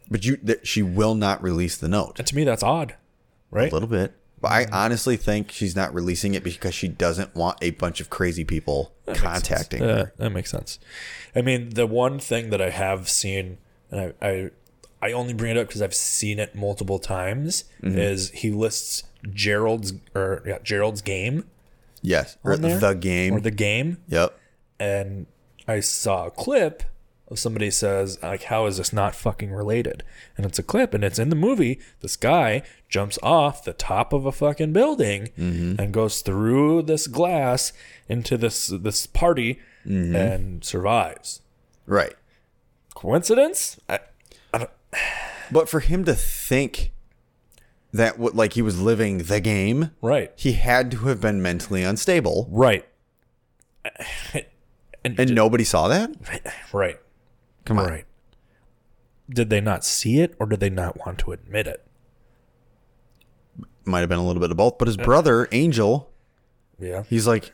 A: But you, th- she will not release the note.
B: And to me, that's odd, right?
A: A little bit. But I honestly think she's not releasing it because she doesn't want a bunch of crazy people contacting her.
B: Yeah, that makes sense. I mean, the one thing that I have seen, and I, I, I only bring it up because I've seen it multiple times,
A: Mm-hmm.
B: is he lists Gerald's or yeah, Gerald's game
A: Yes. Or
B: on there,
A: the game.
B: or the game,
A: yep.
B: and I saw a clip of somebody says like how is this not fucking related and it's a clip and it's in the movie this guy jumps off the top of a fucking building
A: Mm-hmm.
B: and goes through this glass into this this party
A: Mm-hmm.
B: and survives
A: Right.
B: coincidence I,
A: But for him to think that what like he was living the game,
B: right
A: he had to have been mentally unstable,
B: right
A: and nobody saw that.
B: right
A: Come on.
B: right did they not see it or did they not want to admit it
A: Might have been a little bit of both. But his brother Angel,
B: yeah
A: he's like,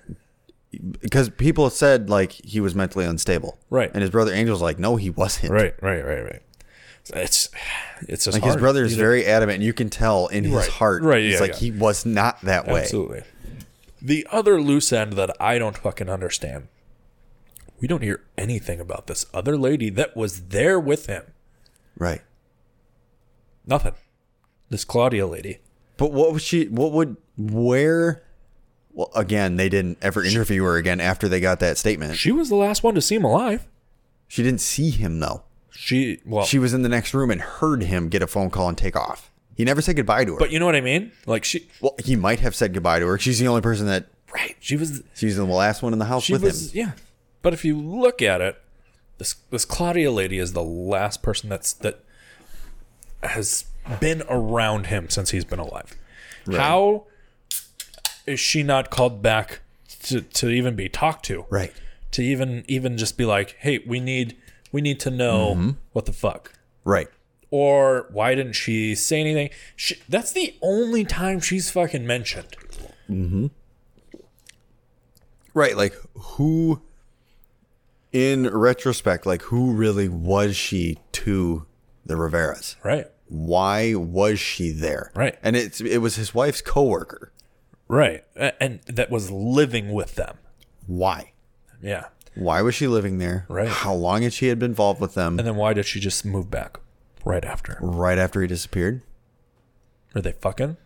A: because people said like he was mentally unstable,
B: Right.
A: And his brother Angel's like, no, he wasn't,
B: right right right right it's it's just
A: Like his
B: hard.
A: brother is
B: These are-
A: very adamant. and You can tell in his
B: Right.
A: heart.
B: Right,
A: He's
B: yeah,
A: like
B: yeah.
A: he was not that way.
B: Absolutely. The other loose end that I don't fucking understand. We don't hear anything about this other lady that was there with him.
A: Right.
B: Nothing. this Claudia lady.
A: But what was she? What would where? Well, again, they didn't ever interview her again after they got that statement.
B: She was the last one to see him alive.
A: She didn't see him though.
B: She well,
A: She was in the next room and heard him get a phone call and take off. He never said goodbye to her.
B: but you know what I mean. Like she,
A: well, he might have said goodbye to her. She's the only person that
B: right? She was
A: she's the last one in the house
B: she
A: with
B: was
A: him.
B: yeah. But if you look at it, this this Claudia lady is the last person that's that has been around him since he's been alive. How is she not called back to, to even be talked to?
A: Right.
B: To even even just be like, hey, we need we need to know
A: Mm-hmm.
B: what the fuck.
A: Right.
B: Or why didn't she say anything? She, that's the only time she's fucking mentioned.
A: Right. Like who in retrospect, like who really was she to the Riveras?
B: Right.
A: Why was she there?
B: Right.
A: And it's it was his wife's coworker.
B: Right. A- And that was living with them.
A: Why?
B: Yeah.
A: Why was she living there?
B: Right.
A: How long had she had been involved with them?
B: And then why did she just move back right after?
A: right after he disappeared.
B: Are they fucking?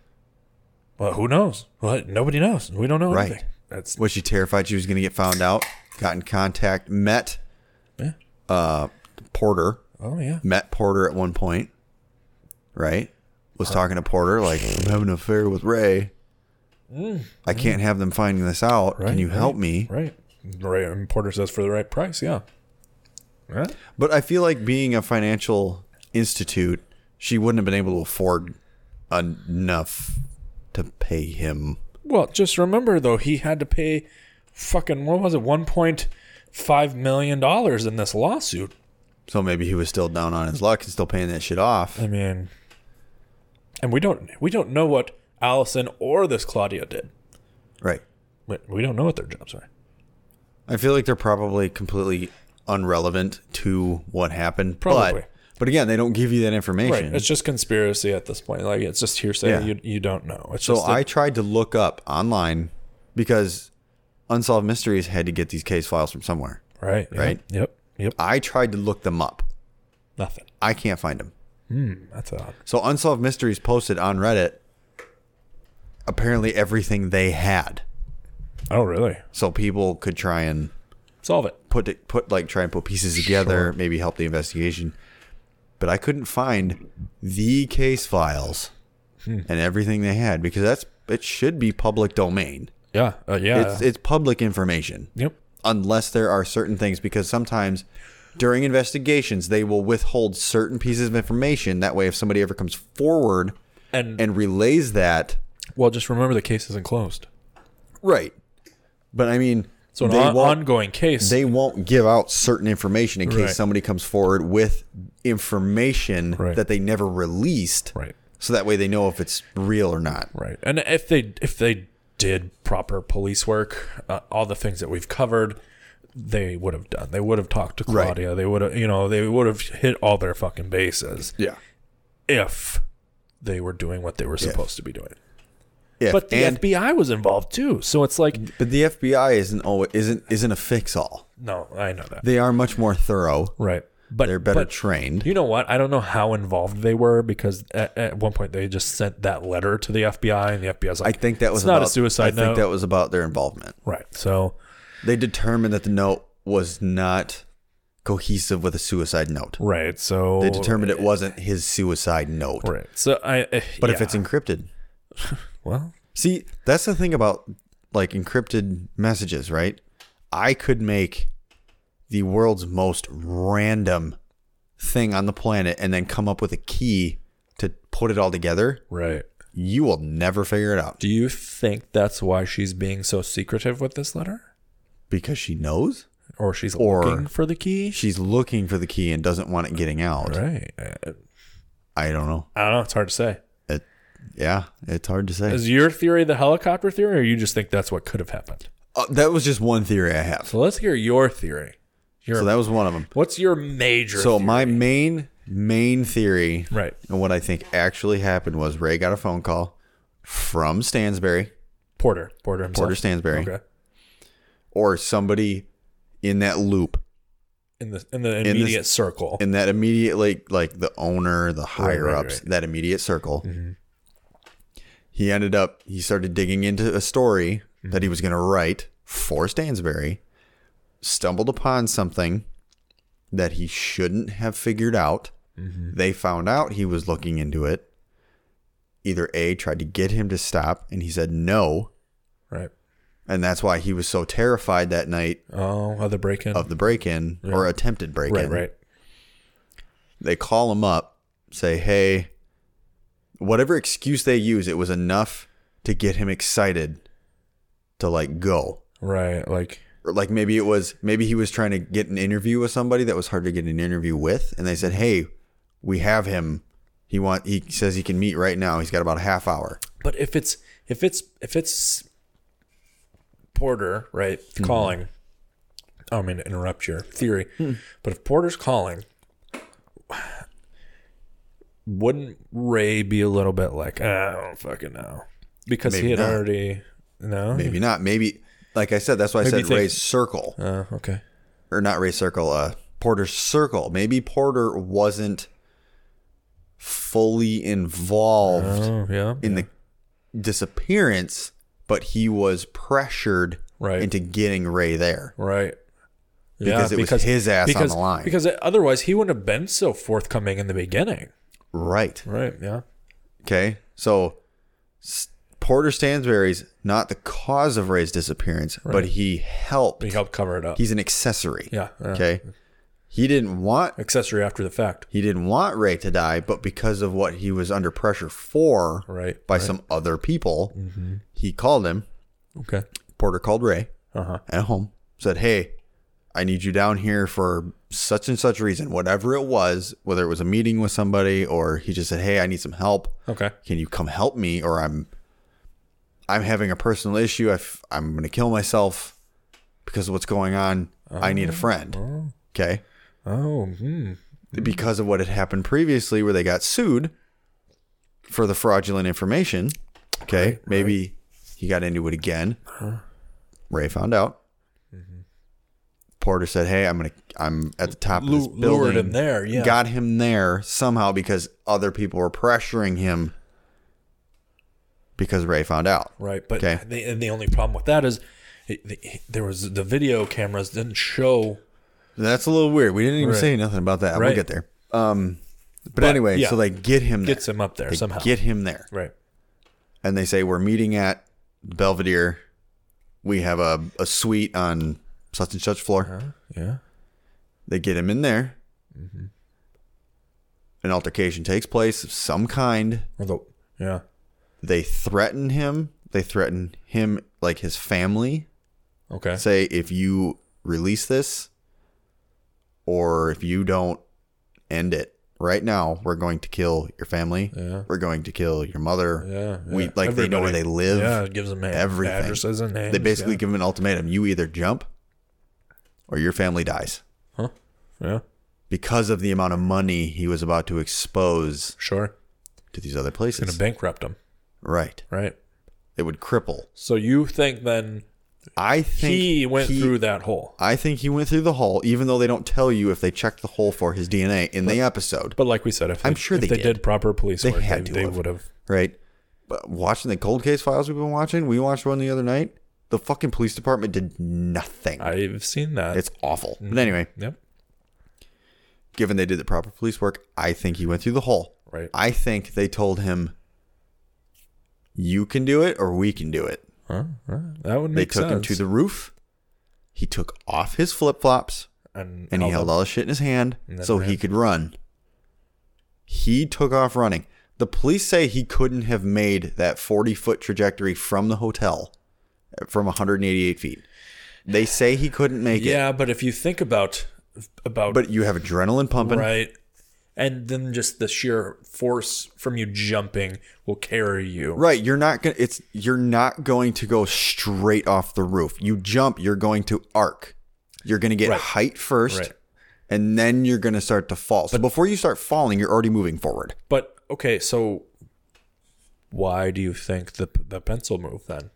B: Well, who knows? Well, nobody knows. We don't know
A: Right.
B: anything. That's
A: Was she terrified she was going to get found out? Got in contact. Met uh,
B: yeah.
A: Porter.
B: Oh yeah.
A: Met Porter at one point. Right.
B: Uh,
A: Was talking to Porter like I'm having an affair with Ray. I can't have them finding this out. Can
B: Mm. Right,
A: you help
B: right,
A: me?
B: Right. Right. And Porter says for the right price. Yeah. Yeah.
A: But I feel like being a financial institute, she wouldn't have been able to afford enough to pay him.
B: Well, just remember though, he had to pay fucking what was it, one point five million dollars in this lawsuit.
A: So maybe he was still down on his luck and still paying that shit off.
B: I mean, and we don't we don't know what Allison or this Claudia did.
A: Right.
B: We, we don't know what their jobs are.
A: I feel like they're probably completely unrelevant to what happened.
B: Probably.
A: But, but again, they don't give you that
B: Right.
A: information.
B: It's just conspiracy at this point. Like it's just hearsay.
A: Yeah.
B: You you don't know. It's
A: so
B: just that-
A: I tried to look up online because Unsolved Mysteries had to get these case files from somewhere.
B: right. yep,
A: right.
B: Yep. Yep.
A: I tried to look them up.
B: Nothing. Hmm,
A: I can't find them.
B: That's odd.
A: So Unsolved Mysteries posted on Reddit apparently everything they had.
B: Oh really?
A: So people could try and
B: Solve it.
A: put it, put like try and put pieces together, maybe help the investigation. But I couldn't find the case files
B: Hmm.
A: and everything they had because that's it should be public domain.
B: Yeah. Uh, yeah.
A: It's it's public information
B: yep.
A: unless there are certain things because sometimes during investigations they will withhold certain pieces of information that way if somebody ever comes forward
B: And,
A: and relays that
B: well, just remember the case isn't closed.
A: right. But I mean
B: So an
A: they
B: on-
A: won't-
B: ongoing case.
A: they won't give out certain information in case
B: Right.
A: somebody comes forward with information
B: Right.
A: that they never released.
B: right.
A: So that way they know if it's real or not.
B: Right. And if they if they did proper police work, uh, all the things that we've covered, they would have done. They would have talked to
A: Right.
B: Claudia. They would have, you know, they would have hit all their fucking bases
A: Yeah.
B: if they were doing what they were supposed to be doing.
A: Yeah.
B: But the
A: and,
B: FBI was involved too. So it's like,
A: but the FBI isn't always, isn't isn't a fix all.
B: no, I know that.
A: They are much more thorough.
B: right. But
A: They're better
B: but
A: trained.
B: You know what? I don't know how involved they were because at, at one point they just sent that letter to the FBI and the FBI's
A: I
B: like,
A: think that was
B: it's not
A: about-
B: a suicide
A: I
B: note.
A: think that was about their involvement.
B: right. So
A: They determined that the note was not cohesive with a suicide note.
B: right. So
A: They determined it wasn't his suicide note.
B: Right. So I. eh,
A: But if
B: yeah.
A: it's encrypted,
B: well,
A: See, that's the thing about like encrypted messages, right? I could make the world's most random thing on the planet and then come up with a key to put it all together.
B: right.
A: You will never figure it out
B: Do you think that's why she's being so secretive with this letter,
A: because she knows
B: or she's
A: Or-
B: looking for the key?
A: she's looking for the key and doesn't want it getting out.
B: Right. Eh,
A: I don't know.
B: I don't know. It's hard to say.
A: It, yeah, it's hard to say.
B: Is your theory the helicopter theory, or you just think that's what could have happened?
A: Uh, that was just one theory I have.
B: So let's hear your theory. Your
A: So that was one of them.
B: what's your major?
A: So
B: theory?
A: my main main theory,
B: Right.
A: and what I think actually happened was Ray got a phone call from Stansberry
B: Porter, Porter himself,
A: Porter Stansberry.
B: Okay.
A: or somebody in that loop
B: In the in the
A: this-
B: immediate circle.
A: in that immediate like like the owner, the
B: right,
A: higher ups,
B: right. Mm-hmm.
A: that immediate circle he ended up he started digging into a story that
B: Mm-hmm.
A: he was going to write for Stansbury, stumbled upon something that he shouldn't have figured out.
B: Mm-hmm.
A: They found out he was looking into it. Either A tried to get him to stop and he said no,
B: Right.
A: and that's why he was so terrified that night
B: Oh, other break in.
A: of the break-in or attempted break-in.
B: right, right.
A: they call him up, say, "Hey, whatever excuse they use, it was enough to get him excited to like go."
B: Right. Like
A: Or like maybe it was maybe he was trying to get an interview with somebody that was hard to get an interview with, and they said, "Hey, we have him. He want he says he can meet right now. He's got about a half hour."
B: but if it's if it's if it's Porter, right,
A: Mm-hmm.
B: calling. I don't mean to interrupt your theory,
A: Hmm.
B: but if Porter's calling, wouldn't Ray be a little bit like, "Ah, I don't fucking know, because
A: Maybe
B: he had
A: not.
B: already no,
A: Maybe not. Maybe like I said, that's why I
B: Maybe
A: said
B: think-
A: Ray's circle
B: Uh, okay,
A: or not Ray's circle. Uh, Porter's circle. Maybe Porter wasn't fully involved
B: oh yeah,
A: in the disappearance, but he was pressured
B: Right.
A: into getting Ray there.
B: right,
A: Because it was his ass on
B: because,
A: the line.
B: because otherwise he wouldn't have been so forthcoming in the beginning,
A: Right.
B: right? Yeah,
A: Okay. So S- Porter Stansbury's not the cause of Ray's disappearance, but he helped.
B: he helped cover it up.
A: He's an accessory.
B: yeah, yeah.
A: Okay. He didn't want
B: accessory after the fact,
A: he didn't want Ray to die, but because of what he was under pressure for
B: right? Mm-hmm.
A: by some other people, he called him.
B: Okay,
A: Porter called Ray.
B: uh huh.
A: at home said, Hey, I need you down here for such and such reason, whatever it was, whether it was a meeting with somebody or he just said, Hey, I need some help.
B: Okay.
A: Can you come help me? Or I'm I'm having a personal issue. I f- I'm going to kill myself because of what's going on. I need a friend. Okay.
B: Oh, hmm.
A: Because of what had happened previously where they got sued for the fraudulent information. Okay. Maybe he got into it again.
B: Uh-huh.
A: Ray found out.
B: Mm-hmm.
A: Porter said, "Hey, I'm gonna, I'm at the top of this
B: Lu-
A: building."
B: lured him there. Yeah.
A: Got him there somehow because other people were pressuring him because Ray found out.
B: right. But
A: Okay.
B: the, and the only problem with that is he- he- there was the video cameras didn't show.
A: That's a little weird. We didn't even
B: Right.
A: say nothing about that. We'll
B: Right.
A: get there. Um, but, anyway,
B: yeah.
A: so they get him there.
B: Gets him up there
A: They
B: somehow.
A: Get him there,
B: right.
A: and they say we're meeting at Belvedere. We have a a suite on such and such floor.
B: Uh-huh. Yeah.
A: They get him in there.
B: Mm-hmm.
A: An altercation takes place of some kind.
B: Or the, yeah.
A: They threaten him. They threaten him, like his family.
B: Okay.
A: Say, if you release this or if you don't end it right now, we're going to kill your family.
B: Yeah.
A: We're going to kill your mother.
B: yeah.
A: We,
B: yeah.
A: like, they know where they
B: Everybody.
A: live.
B: Yeah. It gives them a-
A: everything.
B: addresses and names.
A: They basically give him an ultimatum you either jump or your family dies
B: Yeah. Huh? Yeah.
A: because of the amount of money he was about to expose
B: Sure.
A: to these other places.
B: Gonna bankrupt him.
A: Right.
B: Right.
A: It would cripple.
B: So you think then
A: I think
B: he went through that hole?
A: I think he went through the hole, even though they don't tell you if they checked the hole for his DNA in the episode,
B: But like we said, if
A: I'm
B: they,
A: sure
B: if
A: they
B: did.
A: did.
B: proper police
A: They
B: work,
A: had to
B: they,
A: have.
B: would have.
A: right? But watching the cold case files we've been watching, we watched one the other night. The fucking police department did nothing.
B: I've seen that.
A: it's awful.
B: Mm.
A: But anyway,
B: yep.
A: given they did the proper police work, I think he went through the hole.
B: Right.
A: I think they told him, "You can do it, or we can do it."
B: Huh? Huh? That would
A: They
B: make
A: took him
B: sense.
A: to the roof. He took off his flip flops.
B: and,
A: and he
B: held
A: held all his shit in his hand
B: And then
A: so he
B: ran.
A: could run. He took off running. The police say he couldn't have made that 40 foot trajectory from the hotel uh, from 188 feet. They say he couldn't make it,
B: Yeah, but if you think about about
A: but you have adrenaline pumping.
B: right, and then just the sheer force from you jumping will carry you.
A: Right, you're not gonna. It's you're not going to go straight off the roof. You jump, you're going to arc. You're gonna get
B: Right.
A: height first,
B: Right.
A: and then you're gonna start to fall. So before you start falling, you're already moving forward.
B: But okay, so why do you think the the pencil move then?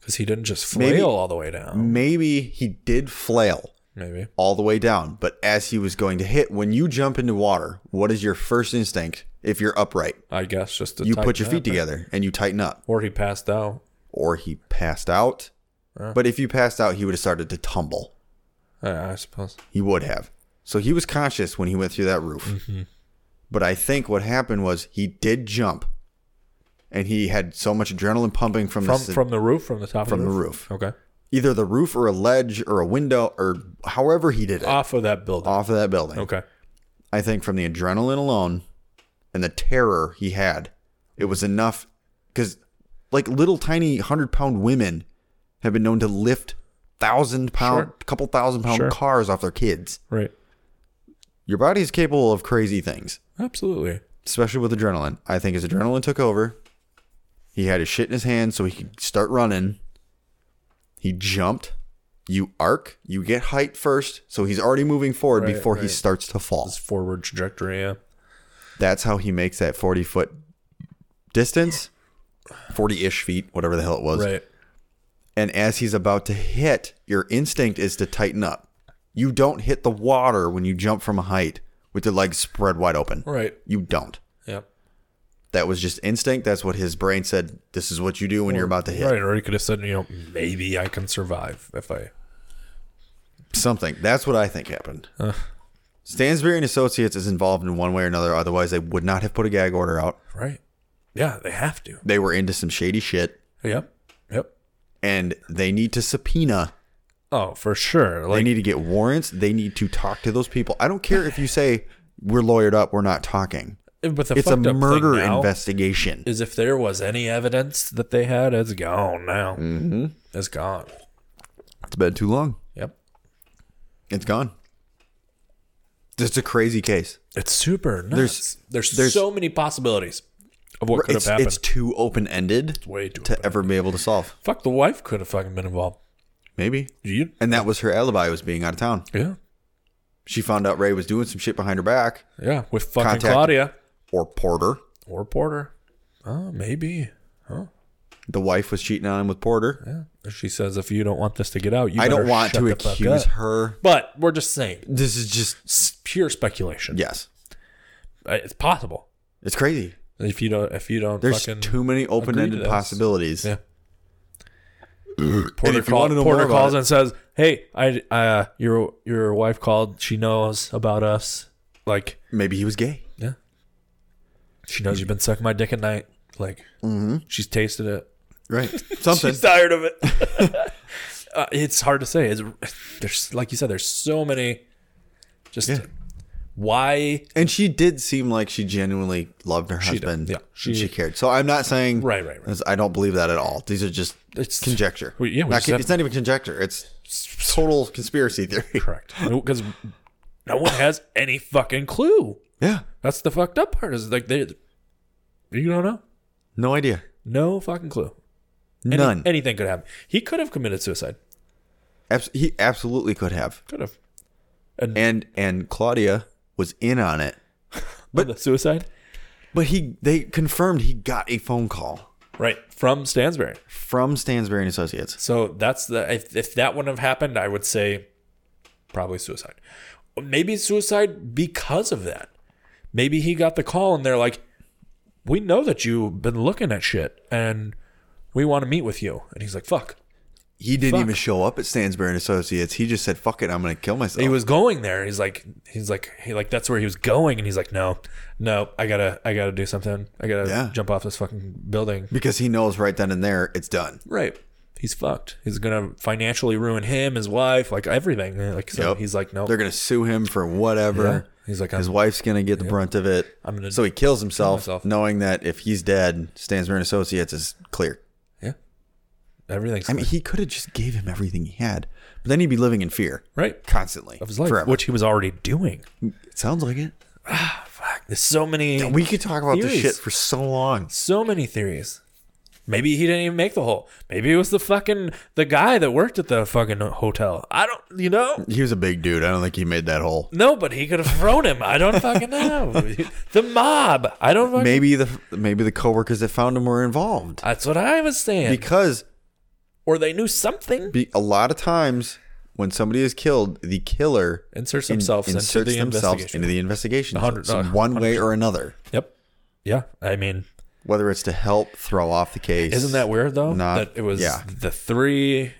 B: Because he didn't just flail
A: Maybe- Mm.
B: all the way down.
A: Maybe he did flail.
B: Maybe
A: all the way down. But as he was going to hit, when you jump into water, what is your first instinct? if you're upright.
B: I guess just to
A: You
B: tighten
A: put your
B: that
A: feet
B: bit.
A: together and you tighten up.
B: Or he passed out.
A: Or he passed out.
B: Yeah.
A: But if you passed out, he would have started to tumble.
B: I, I suppose.
A: He would have. So he was conscious when he went through that roof.
B: Mm-hmm.
A: But I think what happened was he did jump, and he had so much adrenaline pumping from
B: From
A: the,
B: from the roof, from the top
A: from
B: of
A: the
B: the roof.
A: roof,
B: Okay.
A: either the roof or a ledge or a window or however he did it
B: Off of that building.
A: off of that building.
B: Oh. Okay.
A: I think from the adrenaline alone and the terror he had, it was enough because like little tiny hundred pound women have been known to lift thousand pound,
B: Sure.
A: couple thousand pound
B: Sure.
A: cars off their kids.
B: Right.
A: Your body is capable of crazy things.
B: Absolutely.
A: especially with adrenaline. I think his adrenaline took over. He had his shit in his hand so he could start running. He jumped. You arc. You get height first, so he's already moving forward
B: Right,
A: before he
B: right.
A: starts to fall.
B: This forward trajectory. Yeah.
A: That's how he makes that 40 foot distance, 40 ish feet, whatever the hell it was.
B: Right.
A: And as he's about to hit, your instinct is to tighten up. You don't hit the water when you jump from a height with your legs spread wide open.
B: Right.
A: You don't.
B: Yep.
A: That was just instinct. That's what his brain said. This is what you do when you're about to hit
B: Right. Or he could have said, you know, maybe I can survive if I.
A: something. That's what I think happened.
B: Uh.
A: Stansbury and Associates is involved in one way or another. Otherwise, they would not have put a gag order out.
B: Right. Yeah. They have to.
A: They were into some shady shit,
B: Yep. Yep.
A: and they need to subpoena.
B: Oh, for sure.
A: They
B: Like
A: need to get warrants. They need to talk to those people. I don't care if you say we're lawyered up. We're not talking.
B: but the
A: It's a
B: fucked up
A: murder
B: thing now
A: investigation.
B: Is if there was any evidence that they had, it's gone now. Mm-hmm. It's gone.
A: It's been too long.
B: Yep.
A: It's gone. It's a crazy case.
B: It's super nuts.
A: There's-
B: There's,
A: there's-
B: so many possibilities of what could have
A: It's,
B: happened.
A: it's too open ended
B: way too
A: to ever be able to solve.
B: Fuck, the wife could have fucking been involved.
A: Maybe.
B: You,
A: And that was her alibi was being out of town.
B: yeah,
A: She found out Ray was doing some shit behind her back
B: yeah, with fucking
A: Contact-
B: Claudia
A: or Porter.
B: or Porter. Oh, maybe.
A: The wife was cheating on him with Porter.
B: Yeah. She says, if you don't want this to get out, you
A: I don't
B: better
A: want
B: shut
A: to
B: the fuck
A: accuse
B: up."
A: her.
B: But we're just saying,
A: This is just
B: it's pure speculation.
A: yes.
B: Uh, it's possible
A: It's crazy.
B: if you don't. If you don't,
A: There's
B: fucking
A: too many
B: agree to
A: open-ended
B: this.
A: possibilities.
B: Yeah.
A: And
B: Porter,
A: if you
B: call,
A: want to know
B: Porter
A: more about
B: calls
A: it-
B: and says, "Hey, I, uh, your your wife called. She knows about us. Like,
A: Maybe he was gay.
B: yeah, she knows you've been sucking my dick at night. Like,
A: Mm-hmm.
B: she's tasted it.
A: Right. Something.
B: She's tired of it. uh, it's hard to say. It's, there's like you said, there's so many. Just
A: Yeah.
B: why?
A: and she did seem like she genuinely loved her
B: did,
A: husband.
B: yeah.
A: She,
B: She-
A: she cared. So I'm not saying
B: Right, right, right.
A: I don't believe that at all. These are just
B: It's
A: conjecture.
B: We- yeah, we
A: Not
B: just
A: con-
B: have-
A: it's not even conjecture. It's total conspiracy theory.
B: correct because no one has any fucking clue.
A: Yeah.
B: That's the fucked up part. Is like they, you don't know,
A: No idea.
B: no fucking clue. Any-
A: None.
B: Anything could happen. He could have committed suicide.
A: Abs- he absolutely could have.
B: Could have. And,
A: And and Claudia was in on it.
B: but suicide,
A: But he they confirmed he got a phone call
B: right from Stansbury.
A: from Stansbury and Associates.
B: So that's the if if that wouldn't have happened, I would say probably suicide. Maybe suicide because of that. Maybe he got the call and they're like, "We know that you've been looking at shit, and we want to meet with you." And he's like, "Fuck."
A: He didn't
B: Fuck.
A: even show up at Stansbury and Associates. He just said, "Fuck it, I'm going to kill myself."
B: He was going there. He's like, he's like, he like that's where he was going, and he's like, "No, no, I gotta, I gotta do something. I gotta
A: Yeah.
B: jump off this fucking building."
A: because he knows right then and there it's done.
B: Right. He's fucked. He's gonna financially ruin him, his wife, like everything. Like so,
A: Yep.
B: he's like, no.
A: They're going to sue him for whatever.
B: He's like,
A: His
B: I'm,
A: wife's going to get the brunt of it.
B: I'm gonna
A: so he kills himself,
B: myself.
A: knowing that if he's dead, Stansbury and Associates is clear.
B: yeah, everything's
A: I mean, he could have just gave him everything he had, but then he'd be living in fear
B: right
A: constantly
B: of his life,
A: forever.
B: which he was already doing. Ah,
A: It sounds like it.
B: Fuck. There's so many,
A: We could talk about this
B: Theories.
A: shit for so long.
B: so many theories. Maybe he didn't even make the hole. Maybe it was the fucking the guy that worked at the fucking hotel. I don't, you know.
A: He was a big dude. I don't think he made that hole.
B: No, but he could have thrown him. I don't fucking know. the mob. I don't. Fucking,
A: Maybe the maybe the coworkers that found him were involved
B: that's what I was saying.
A: because
B: or they knew something.
A: be, a lot of times when somebody is killed, the killer
B: Inserts
A: in-
B: themselves
A: inserts
B: into the
A: themselves
B: investigation.
A: into the investigation,
B: A hundred-
A: so
B: uh,
A: one way or another.
B: Yep. Yeah, I mean,
A: whether it's to help throw off the case.
B: isn't that weird though?
A: Not-
B: that it was
A: yeah.
B: the three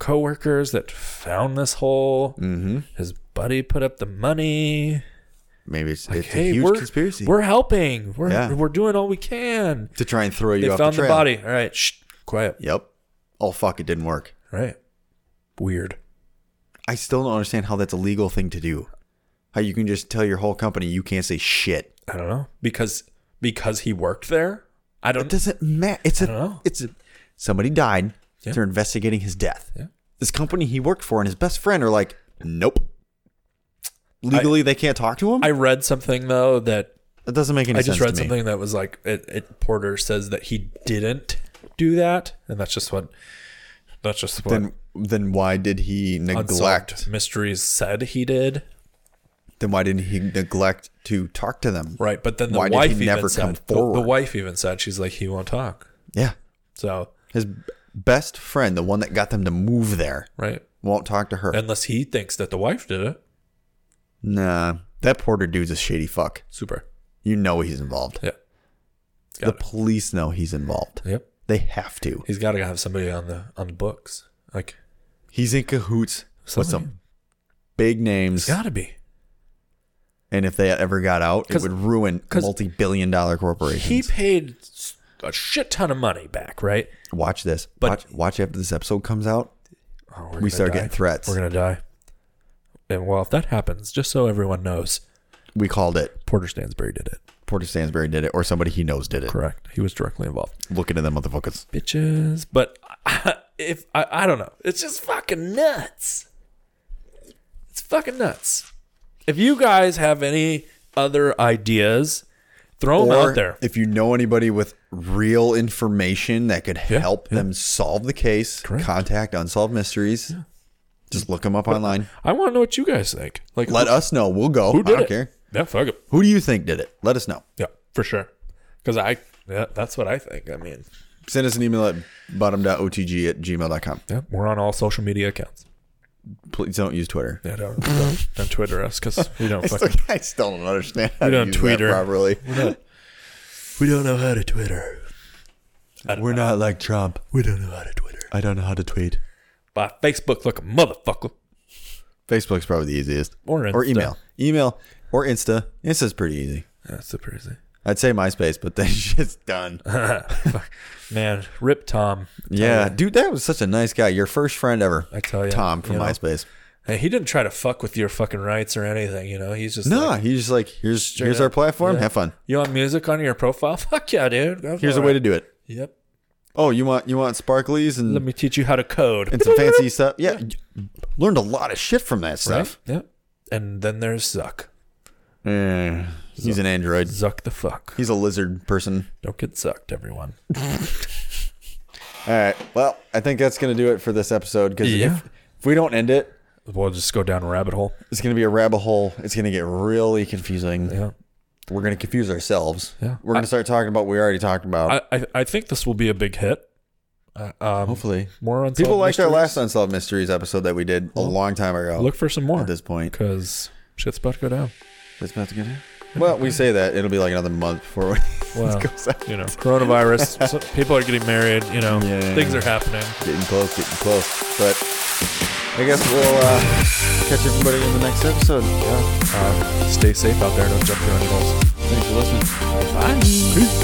B: coworkers that found this hole. Mm-hmm. His buddy put up the money.
A: maybe it's, it's
B: hey,
A: a huge
B: we're,
A: conspiracy
B: We're helping. We're
A: Yeah.
B: we're doing all we can.
A: to try and throw you
B: They
A: off
B: found
A: the
B: the,
A: trail.
B: body. All right, shh, quiet.
A: Yep. Oh fuck! It didn't work.
B: Right. Weird.
A: I still don't understand how that's a legal thing to do. How you can just tell your whole company you can't say shit.
B: I don't know because because he worked there. I
A: It
B: don't.
A: doesn't matter. It's
B: don't
A: a.
B: know.
A: It's a. Somebody died.
B: Yeah.
A: They're investigating his death.
B: Yeah.
A: This company he worked for and his best friend are like, nope. Legally, they can't talk to him.
B: I read something though that
A: that doesn't make any
B: I
A: sense.
B: just read
A: to me.
B: something that was like it, it. Porter says that he didn't do that, and that's just what. That's just what
A: Then, then why did he
B: Unsolved
A: neglect?
B: mysteries said he did.
A: Then why didn't he neglect to talk to them?
B: Right, but then the
A: Why did he
B: wife even
A: never
B: said
A: come
B: the- The,
A: forward?
B: wife even said she's like he won't talk.
A: Yeah.
B: So
A: His b- best friend, the one that got them to move there,
B: right,
A: won't talk to her.
B: unless he thinks that the wife did it.
A: nah, that Porter dude's a shady fuck.
B: Super.
A: You know he's involved.
B: Yeah.
A: the
B: Got
A: police know he's involved.
B: Yep.
A: They have to.
B: He's got to have somebody on the on the books. Like
A: He's in cahoots with
B: Somebody-
A: some big names.
B: got to be.
A: And if they ever got out, it
B: 'Cause-
A: would ruin
B: 'cause
A: multi billion dollar
B: He
A: corporations.
B: paid s- a shit ton of money back, right?
A: watch this.
B: But-
A: watch, watch after this episode comes out.
B: Oh,
A: We start getting threats.
B: We're gonna die. And well, if that happens, just so everyone knows,
A: We called it.
B: Porter Stansbury did it.
A: Porter Stansbury did it, or somebody he knows did it.
B: Correct. He was directly involved.
A: Look into them motherfuckers.
B: Bitches. But if I, I don't know, it's just fucking nuts. It's fucking nuts. If you guys have any other ideas, throw them
A: Or
B: out there.
A: if you know anybody with real information that could help them solve the case,
B: Correct.
A: contact Unsolved Mysteries. Just look them up online.
B: I want to know what you guys think. Like,
A: Let us know. We'll go.
B: who
A: I
B: did
A: don't
B: it?
A: care.
B: Yeah, fuck it.
A: Who do you think did it? Let us know.
B: Yeah, for sure. Because I, yeah, that's what I think. I mean,
A: Send us an email at bottom.otg at gmail.com.
B: yeah, we're on all social media accounts.
A: Please don't use Twitter.
B: Yeah, don't, don't, don't uh, Twitter us because we don't fucking
A: I still don't understand how
B: We
A: to
B: don't
A: use that
B: Twitter.
A: properly.
B: We don't know how to Twitter.
A: We're not like Trump.
B: We don't know how to Twitter.
A: I don't know how to tweet.
B: By Facebook like a motherfucker.
A: Facebook's probably the easiest.
B: Or Insta.
A: Or email. Email or Insta. Insta's pretty easy.
B: That's super easy.
A: I'd say MySpace, but that shit's done.
B: Man, rip Tom.
A: Yeah, dude, that was such a nice guy. Your first friend ever.
B: I tell ya,
A: Tom from
B: you know.
A: MySpace.
B: Hey, he didn't try to fuck with your fucking rights or anything, you know? He's just
A: No,
B: like,
A: he's just like, here's here's
B: up.
A: our platform. Have fun.
B: you want music on your profile? Fuck yeah, dude. Go
A: Here's
B: for
A: a way
B: it.
A: to do it.
B: Yep.
A: Oh, you want you want sparklies
B: Let
A: and
B: me teach you how to code.
A: and some fancy stuff. Yeah, learned a lot of shit from that stuff.
B: Right? Yep. And then there's Zuck.
A: Eh, he's an android.
B: Zuck the fuck.
A: He's a lizard person.
B: Don't get sucked, everyone.
A: All right. Well, I think that's gonna do it for this episode. Because
B: Yeah.
A: if, if we don't end it,
B: We'll just go down a rabbit hole.
A: it's gonna be a rabbit hole. It's gonna get really confusing.
B: Yeah.
A: We're gonna confuse ourselves.
B: Yeah.
A: We're gonna start talking about what we already talked about.
B: I, I, I think this will be a big hit. Uh, um,
A: Hopefully,
B: More on
A: people
B: Solved
A: liked our
B: Mysteries.
A: last unsolved mysteries episode that we did a long time ago.
B: Look for some more
A: at this point.
B: because shit's about to go down.
A: It's about to get here. Well, we say that it'll be like another month before we
B: Well,
A: goes out.
B: you know, coronavirus. so people are getting married. You know,
A: Yeah, yeah,
B: things
A: yeah.
B: are happening.
A: Getting close, getting close. But I guess we'll uh, catch everybody in the next episode.
B: Uh, stay safe out there. Don't jump through any holes.
A: Thanks for listening.
B: Bye.